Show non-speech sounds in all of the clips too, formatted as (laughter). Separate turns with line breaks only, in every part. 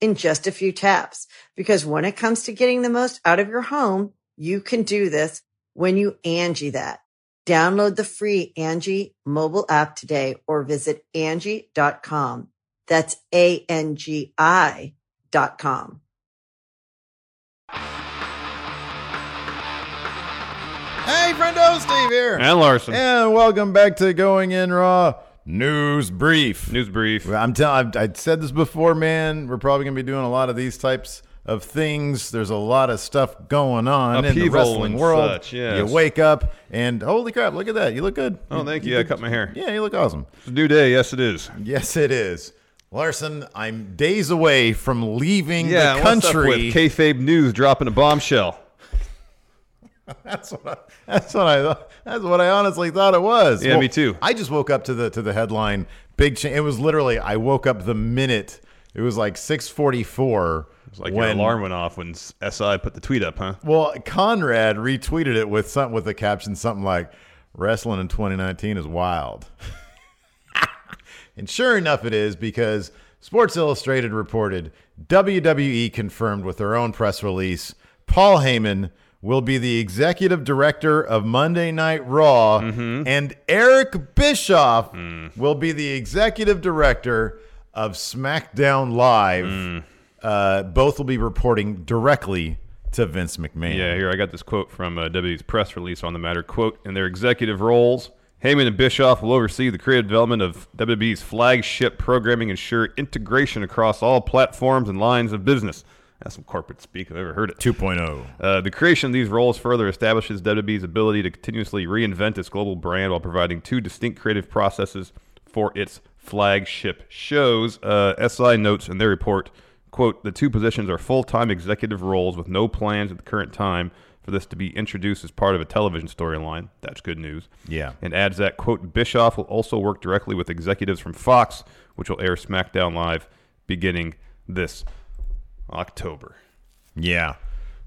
in just a few taps. Because when it comes to getting the most out of your home, you can do this when you Angie that. Download the free Angie mobile app today or visit Angie.com. That's A-N-G-I dot com.
Hey, friendo, Steve here.
And Larson.
And welcome back to Going In Raw News Brief.
News brief.
I'm telling. I said this before, man. We're probably gonna be doing a lot of these types of things. There's a lot of stuff going on in the
Upheaval
wrestling
and
world.
such, yes.
You wake up and holy crap, look at that. You look good.
Oh, thank you. I
look-
cut my hair.
Yeah, you look awesome.
It's a new day. Yes, it is.
Yes, it is. Larson, I'm days away from leaving
Yeah.
the
what's up
country.
with kayfabe news dropping a bombshell.
That's what I, that's what I thought- that's what I honestly thought it was.
Yeah, me too.
I just woke up to the to the headline. Big change. It was literally I woke up the minute it was like six forty four.
It's like your alarm went off when SI put the tweet up, huh?
Well, Conrad retweeted it with something with the caption something like "Wrestling in 2019 is wild," and sure enough, it is because Sports Illustrated reported WWE confirmed with their own press release Paul Heyman will be the executive director of Monday Night Raw, and Eric Bischoff will be the executive director of SmackDown Live. Uh, both will be reporting directly to Vince McMahon.
Yeah, here I got this quote from uh, WWE's press release on the matter. Quote: In their executive roles, Heyman and Bischoff will oversee the creative development of WWE's flagship programming, ensure integration across all platforms and lines of business. That's some corporate speak I've ever heard it.
2.0.
Uh, the creation of these roles further establishes WWE's ability to continuously reinvent its global brand while providing two distinct creative processes for its flagship shows. Uh, SI notes in their report, quote, the two positions are full-time executive roles with no plans at the current time for this to be introduced as part of a television storyline. That's good news.
Yeah.
And adds that, quote, Bischoff will also work directly with executives from Fox, which will air SmackDown Live beginning this October.
Yeah.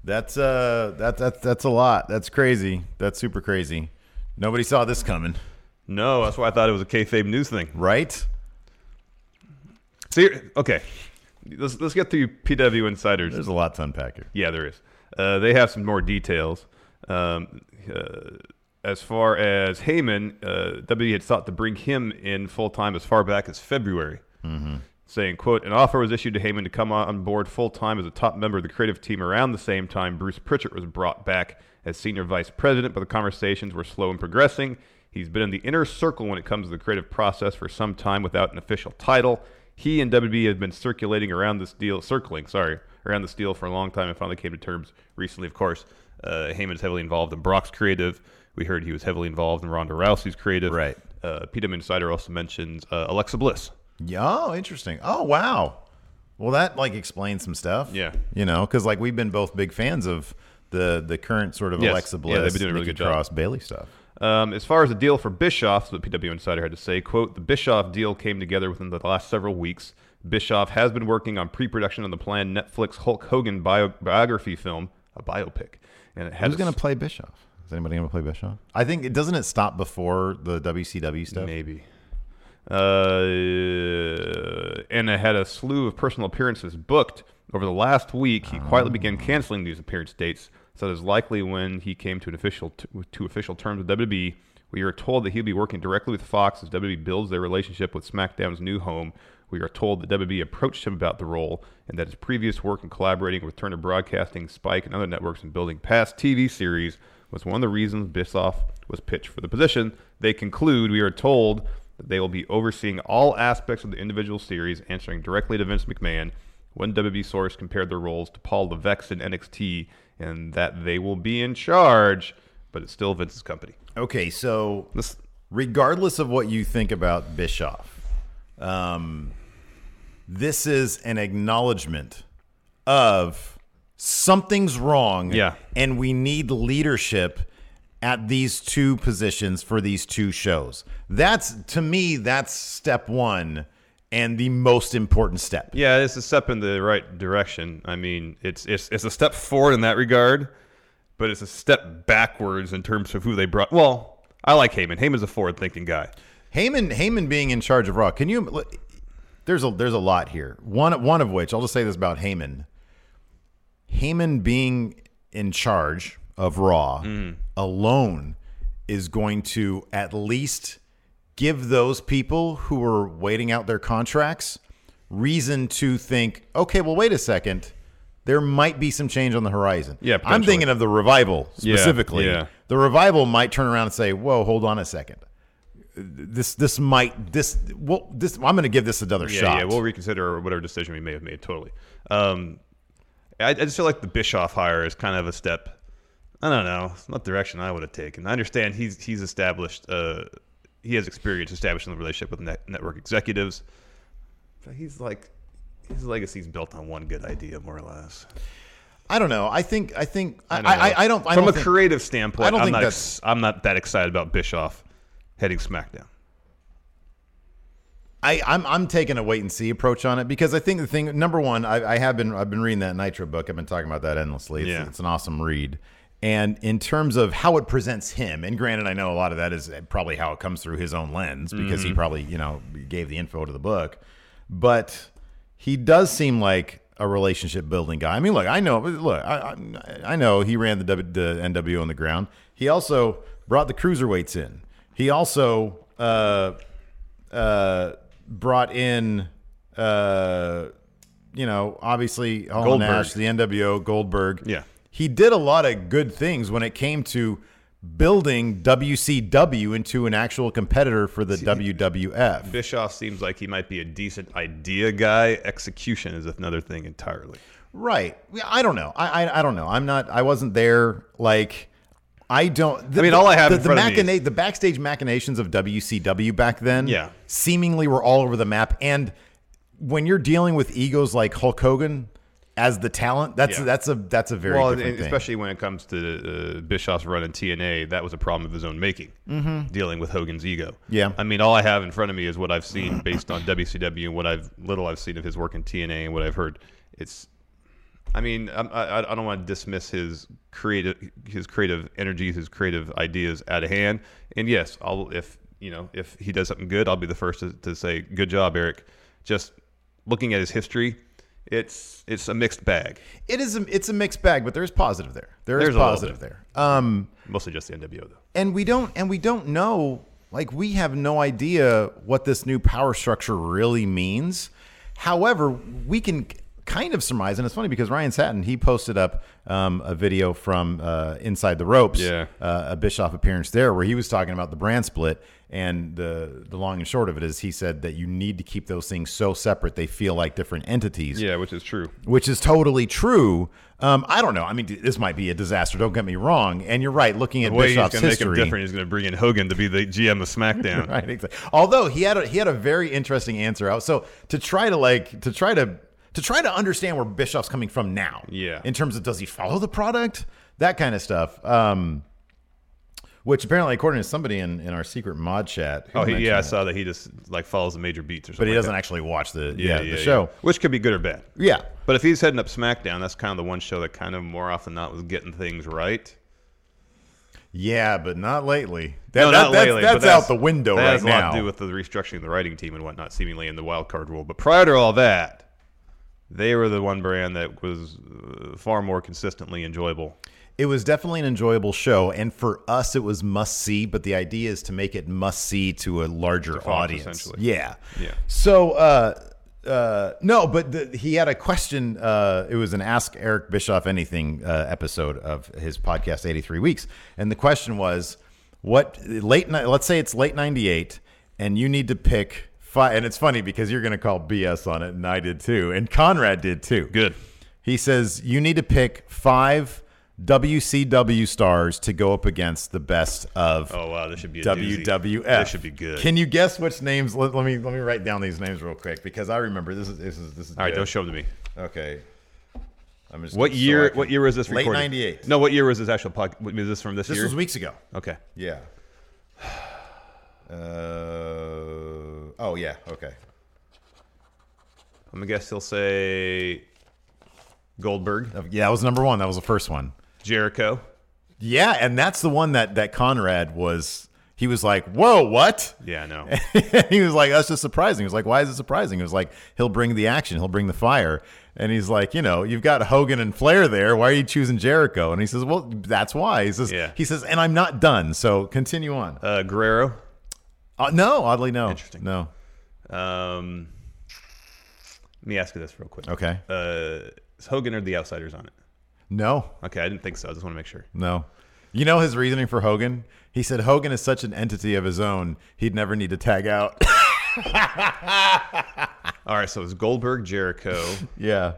That's uh that that that's a lot. That's crazy. That's super crazy. Nobody saw this coming,
No, that's why I thought it was a kayfabe news thing.
right?
See, okay, let's let's get through PW insiders.
There's a lot to unpack here.
yeah, there is. Uh, they have some more details. Um, uh, as far as Heyman, uh, WWE had sought to bring him in full time as far back as February, saying, "quote An offer was issued to Heyman to come on board full time as a top member of the creative team." Around the same time, Bruce Pritchard was brought back as senior vice president, but the conversations were slow in progressing. He's been in the inner circle when it comes to the creative process for some time without an official title. He and WB have been circulating around this deal, circling, sorry, around this deal for a long time and finally came to terms recently, of course. Uh, Heyman's heavily involved in Brock's creative. We heard he was heavily involved in Ronda Rousey's creative.
Right.
Uh, PW Insider also mentions uh, Alexa Bliss.
Yeah, oh, interesting. Oh, wow. Well, that like explains some stuff.
Yeah.
You know, cuz like we've been both big fans of the the current sort of
Yes.
Alexa Bliss,
Yeah, they've been doing a really
Nikki
good job.
Cross, Bailey stuff.
Um, as far as the deal for Bischoff, what PW Insider had to say, quote, the Bischoff deal came together within the last several weeks. Bischoff has been working on pre-production on the planned Netflix Hulk Hogan bio- biography film, a biopic, and it has
Who's going to play Bischoff? Is anybody going to play Bischoff? I think it doesn't it stop before the WCW stuff.
maybe. Uh, and it had a slew of personal appearances booked over the last week. He quietly began canceling these appearance dates, so that is likely when he came to an official to, to official terms with WWE. We are told that he'll be working directly with Fox as WWE builds their relationship with SmackDown's new home, We are told that WB approached him about the role and that his previous work in collaborating with Turner Broadcasting, Spike, and other networks in building past TV series was one of the reasons Bischoff was pitched for the position. They conclude we are told that they will be overseeing all aspects of the individual series, answering directly to Vince McMahon. One WB source compared their roles to Paul Levesque in NXT and that they will be in charge, but it's still Vince's company.
Okay, so
This,
regardless of what you think about Bischoff, um, this is an acknowledgement of something's wrong.
Yeah.
And we need leadership at these two positions for these two shows. That's, to me, that's step one and the most important step.
Yeah, it's a step in the right direction. I mean, it's it's it's a step forward in that regard, but it's a step backwards in terms of who they brought. Well, I like Heyman. Heyman's a forward-thinking guy.
Heyman Heyman being in charge of Raw. Can you? look, There's a there's a lot here. One one of which I'll just say this about Heyman. Heyman being in charge of Raw
Mm-hmm.
alone is going to at least give those people who are waiting out their contracts reason to think. Okay, well, wait a second. There might be some change on the horizon.
Yeah,
I'm
potentially.
thinking of the revival
Yeah,
specifically.
yeah.
The revival might turn around and say, "Whoa, hold on a second this this might this well this I'm going to give this another
Yeah,
shot.
yeah, we'll reconsider whatever decision we may have made. Totally. Um, I, I just feel like the Bischoff hire is kind of a step. I don't know. It's not the direction I would have taken. I understand he's he's established. Uh, he has experience establishing the relationship with net, network executives, but he's like his legacy's built on one good idea, more or less.
I don't know. I think I think I
don't know.
I, I, I don't. I
From
don't
a
think-
creative standpoint,
I don't
I'm
think
not
that's-
ex- I'm not that excited about Bischoff heading SmackDown.
I, I'm I'm taking a wait and see approach on it because I think the thing number one I, I have been I've been reading that Nitro book I've been talking about that endlessly. It's,
Yeah.
it's an awesome read. And in terms of how it presents him, and granted, I know a lot of that is probably how it comes through his own lens because he probably you know gave the info to the book, but he does seem like a relationship building guy. I mean, look, I know, look, I I, I know he ran the, w, the NWO on the ground. He also brought the cruiserweights in. He also. Uh, uh, brought in, uh, you know, obviously Hall and
Goldberg.
Nash, the NWO, Goldberg.
Yeah.
He did a lot of good things when it came to building WCW into an actual competitor for the WWF.
Bischoff seems like he might be a decent idea guy. Execution is another thing entirely.
Right. Yeah, I don't know. I, I I don't know. I'm not. I wasn't there. Like, I don't. The,
I mean, all I have
the,
in
the
front of me
machina- the backstage machinations of WCW back then.
Yeah.
Seemingly were all over the map, and when you're dealing with egos like Hulk Hogan as the talent, that's
Yeah.
that's a that's a very
well,
different
and
thing.
especially when it comes to uh, Bischoff's run in TNA, that was a problem of his own making, mm-hmm. dealing with Hogan's ego.
Yeah.
I mean, all I have in front of me is what I've seen based on WCW and what I've little I've seen of his work in TNA and what I've heard. It's, I mean, I'm, I, I don't want to dismiss his creative his creative energies, his creative ideas out of hand. And yes, I'll if you know if he does something good, I'll be the first to, to say good job, Eric. Just looking at his history, it's it's a mixed bag.
it is. A, it's a mixed bag, but there's positive there. There is
There's a little
positive there. Um.
Mostly just the NWO though.
and we don't and we don't know like we have no idea what this new power structure really means however we can kind of surmise and it's funny because ryan satin he posted up um, a video from uh, inside the ropes
Yeah.
uh, a bischoff appearance there where he was talking about the brand split and the the long and short of it is he said that you need to keep those things so separate they feel like different entities
Yeah, which is true.
which is totally true. Um, I don't know. I mean, d- this might be a disaster. Don't get me wrong. And you're right. Looking at
The way he's going
Bischoff's
to make him
history,
different, he's going to bring in Hogan to be the GM of SmackDown.
(laughs) right? Exactly. Although he had a, he had a very interesting answer out. So to try to like to try to to try to understand where Bischoff's coming from now,
Yeah.
in terms of does he follow the product, that kind of stuff. Um, which apparently, according to somebody in in our secret mod chat, who
Oh, he,
mentioned
yeah, I
that,
saw that he just like follows the major beats or something.
but he
like
doesn't
that.
actually watch the yeah,
yeah,
the
yeah.
show.
which could be good or bad.
Yeah.
But if he's heading up SmackDown, that's kind of the one show that kind of more often than not was getting things right.
yeah, but not lately. That,
No,
that-
not
that's,
lately, but
that's, out the window
that
right
has a
now.
lot to do with the restructuring of the writing team and whatnot, seemingly in the wild card rule. But prior to all that, they were the one brand that was uh, far more consistently enjoyable.
It was definitely an enjoyable show, and for us, it was must see. But the idea is to make it must see to a larger
Fox,
audience.
essentially.
Yeah,
Yeah.
So, uh, uh, no, but the, he had a question. Uh, it was an Ask Eric Bischoff Anything uh, episode of his podcast, 83 Weeks. And the question was, what late night, let's say it's late 98, and you need to pick five. And it's funny because you're going to call BS on it, and I did too. And Conrad did too.
Good.
He says, you need to pick five WCW stars to go up against the best of
Oh wow, this should be a doozy.
WWF.
This should be good.
Can you guess which names? Let, let me let me write down these names real quick because I remember this is this is this is.
All right,
good.
don't show them to me.
Okay. I'm just
What
so I
year?
can-
What year was this?
Late
recorded?
'98.
No, what year was this actual podcast? Was this from this,
this
year?
was weeks ago.
okay.
Yeah. (sighs) Uh, oh yeah. Okay.
I'm gonna guess he'll say Goldberg,
Uh, Yeah, that was number one. That was the first one.
Jericho.
Yeah, and that's the one that that Conrad was. He was like, "Whoa, what?"
Yeah, no.
(laughs) he was like, "That's just surprising." He was like, "Why is it surprising?" He was like, "He'll bring the action. He'll bring the fire." And he's like, "You know, you've got Hogan and Flair there. Why are you choosing Jericho?" And he says, "Well, that's why." He says,
Yeah.
"He says, and I'm not done. So continue on."
Uh, Guerrero.
Uh, no, oddly, no.
Interesting.
No.
Um, let me ask you this real quick.
Okay.
Uh, is Hogan or the Outsiders on it?
No.
Okay, I didn't think so. I just want to make sure.
No. You know his reasoning for Hogan? He said Hogan is such an entity of his own, he'd never need to tag out. (coughs)
All right, so it's
(laughs)
Goldberg, Jericho,
yeah.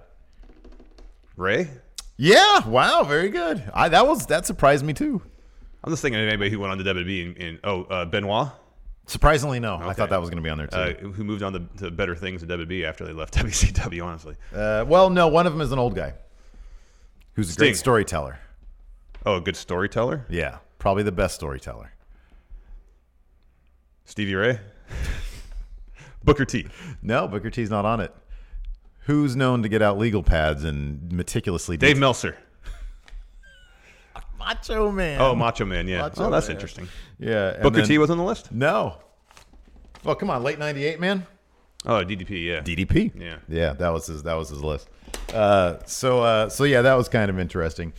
Ray.
Yeah. Wow. Very good. I that was that surprised me too.
I'm just thinking of anybody who went on to WWE and, and oh, uh, Benoit,
Surprisingly, no. I
Okay.
thought that was going to be on there too.
uh, who moved on to, to better things at WWE after they left (laughs) WCW. Honestly,
Uh, well, no, one of them is an old guy who's a
Sting.
great storyteller.
oh, a good storyteller,
Yeah, probably the best storyteller.
Stevie Ray, Booker T.
No, Booker T's not on it. Who's known to get out legal pads and meticulously
Dave Meltzer.
Macho Man?
Oh, Macho Man. Yeah.
Macho
oh, that's
Man.
interesting.
yeah. and
Booker
then-
T was on the list.
No. Well, come on, late '98, man.
Oh, DDP. Yeah.
DDP.
Yeah.
Yeah, that was his that was his list. Uh, so uh, so yeah, that was kind of interesting.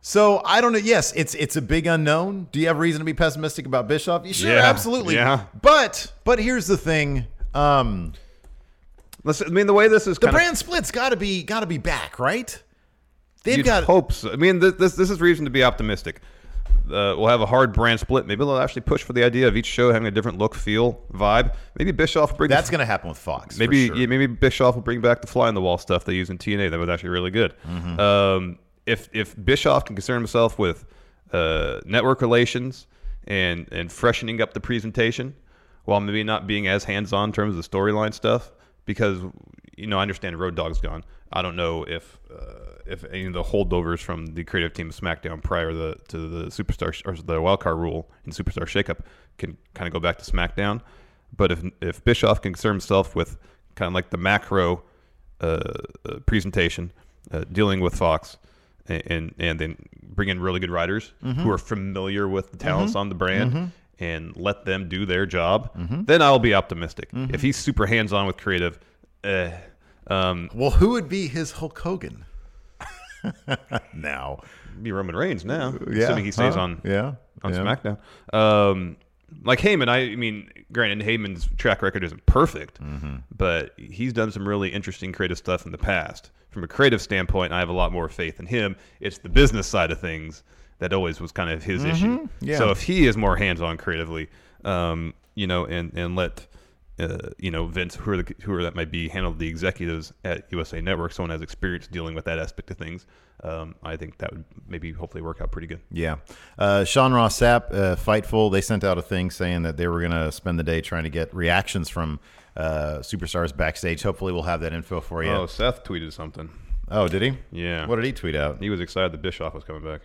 So I don't know. Yes, it's it's a big unknown. Do you have reason to be pessimistic about Bischoff? Sure,
Yeah,
absolutely.
yeah.
But but here's the thing. Um,
Let's, I mean, the way this is
the
kind
brand split's got to be got to be back, right?
of
They've
you'd
got
hope so. I mean, this, this this is reason to be optimistic. Uh, we'll have a hard brand split. Maybe they'll actually push for the idea of each show having a different look, feel, vibe. Maybe Bischoff will bring
that's going to happen with Fox. for
maybe
sure.
yeah, maybe Bischoff will bring back the fly on the wall stuff they use in TNA. That was actually really good.
Mm-hmm.
Um, if if Bischoff can concern himself with uh, network relations and and freshening up the presentation, while maybe not being as hands on in terms of the storyline stuff, because you know I understand Road Dogg's gone. I don't know if uh, if any of the holdovers from the creative team of SmackDown prior to the, to the superstar sh- or the wildcard rule and superstar shakeup can kind of go back to SmackDown. But if if Bischoff can concern himself with kind of like the macro uh, uh, presentation, uh, dealing with Fox, and, and and then bring in really good writers
Mm-hmm.
who are familiar with the talents on the brand. And let them do their job.
Mm-hmm.
Then I'll be optimistic. If he's super hands-on with creative, eh. um,
well, who would be his Hulk Hogan? (laughs) now,
be Roman Reigns now,
yeah,
assuming he stays
huh?
on
yeah
on
yeah.
SmackDown. Um, like Heyman, I, I mean, granted, Heyman's track record isn't perfect,
Mm-hmm.
but he's done some really interesting creative stuff in the past. From a creative standpoint, I have a lot more faith in him. It's the business side of things that always was kind of his issue.
Mm-hmm. yeah.
So if he is more hands on creatively, um, you know, and and let. Uh, you know Vince, who are the, who are that might be handle the executives at USA Network. Someone has experience dealing with that aspect of things. Um, I think that would maybe hopefully work out pretty good.
Yeah. Uh, Sean Ross Sapp, uh, Fightful, they sent out a thing saying that they were going to spend the day trying to get reactions from uh, superstars backstage. Hopefully, we'll have that info for you.
Oh,
Oh,
Seth tweeted something.
did he?
Yeah.
What did he tweet out?
He was excited that Bischoff was coming back.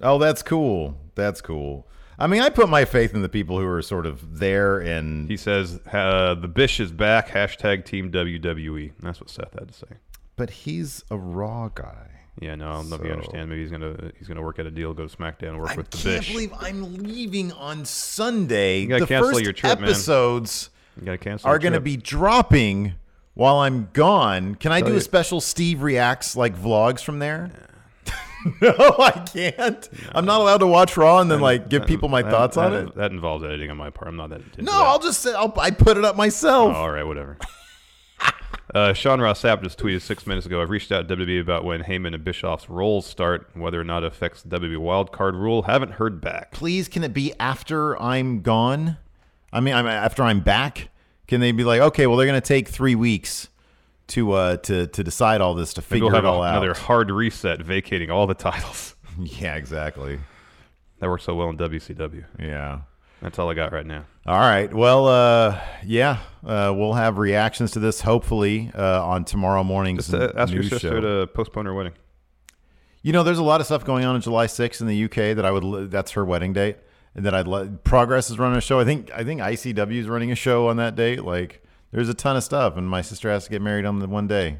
Oh, that's cool. That's cool. I mean, I put my faith in the people who are sort of there and
He says, uh, "The Bish is back." Hashtag Team WWE. That's what Seth had to say.
but he's a raw guy.
Yeah, no, I don't know if you
So-
understand. Maybe he's gonna he's gonna work out a deal, go to SmackDown, work
I
with the
can't
Bish.
believe I'm leaving on Sunday. the
gotta cancel
first
your trip, man.
episodes
you gotta cancel.
are
the
going to
trip.
be dropping while I'm gone. Can I do
you-
a special Steve reacts like vlogs from there? (laughs) no, I can't. I'm not allowed to watch Raw and then like give people my
That-
thoughts on
that-
it.
That involves editing on my part. I'm not editing.
No,
Oh.
I'll just say I'll, I put it up myself.
all right, whatever. (laughs) Uh, Sean Ross Sapp just tweeted six minutes ago. I've reached out to WWE about when Heyman and Bischoff's roles start and whether or not it affects the WWE wildcard rule. Haven't heard back.
please can it be after I'm gone? I mean, I'm after I'm back. Can they be like, okay, well, they're gonna take three weeks to uh to to decide all this to
Maybe
figure
we'll have
it all out.
another hard reset, vacating all the (laughs) titles
(laughs) Yeah, exactly.
that worked so well in WCW.
Yeah.
That's all I got right now.
All right. Well, uh, yeah, uh, we'll have reactions to this hopefully uh, on tomorrow morning's
Just uh, ask your
news show.
sister to postpone her wedding.
You know, there's a lot of stuff going on in July 6th in the UK that I would. li- That's her wedding date, and that I'd. li- Progress is running a show. I think. I think ICW is running a show on that date. Like, there's a ton of stuff, and my sister has to get married on the one day.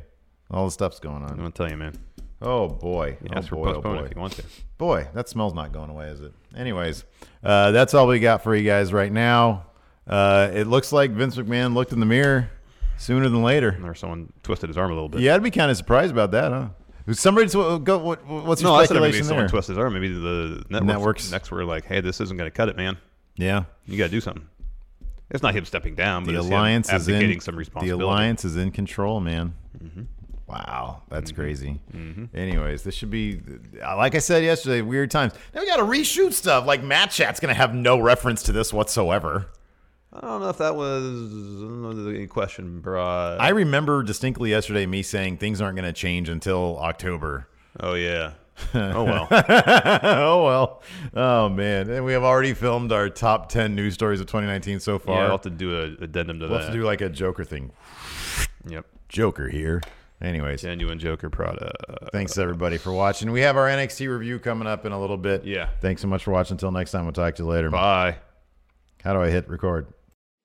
All the stuff's going
I'm
on.
gonna tell you, man.
Oh boy. Oh,
ask her
boy, oh,
postpone
boy.
if you want to.
Boy, that smell's not going away, is it? Anyways, uh, that's all we got for you guys right now. Uh, it looks like Vince McMahon looked in the mirror sooner than later.
Or someone twisted his arm a little bit.
Yeah, I'd be kind of surprised about that, huh? Somebody's go. What, what's your
No, I said maybe
speculation
someone
there?
twisted his arm. Maybe the networks,
Networks.
next were like, "Hey, this isn't gonna cut it, man.
Yeah,
You gotta do something." It's not him stepping down, but
the
it's him
alliance is
abdicating
in
some
the
responsibility. Mm-hmm.
alliance is in control, man. Wow, that's crazy. Anyways, this should be like I said yesterday. Weird times. Now we got to reshoot stuff. Like Matt Chat's gonna have no reference to this whatsoever.
I don't know if that was I don't know if there's any question brought.
I remember distinctly yesterday me saying things aren't gonna change until October. (laughs)
oh yeah. Oh well.
oh well. Oh man. And we have already filmed our top ten news stories of 2019 so
yeah,
far.
I'll have to do an addendum to
we'll
that.
have to do like a Joker thing.
yep.
Joker here. Anyways,
Genuine Joker product.
Thanks everybody for watching. We have our NXT review coming up in a little bit.
Yeah.
Thanks so much for watching. Until next time, we'll talk to you later.
Bye.
How do I hit record?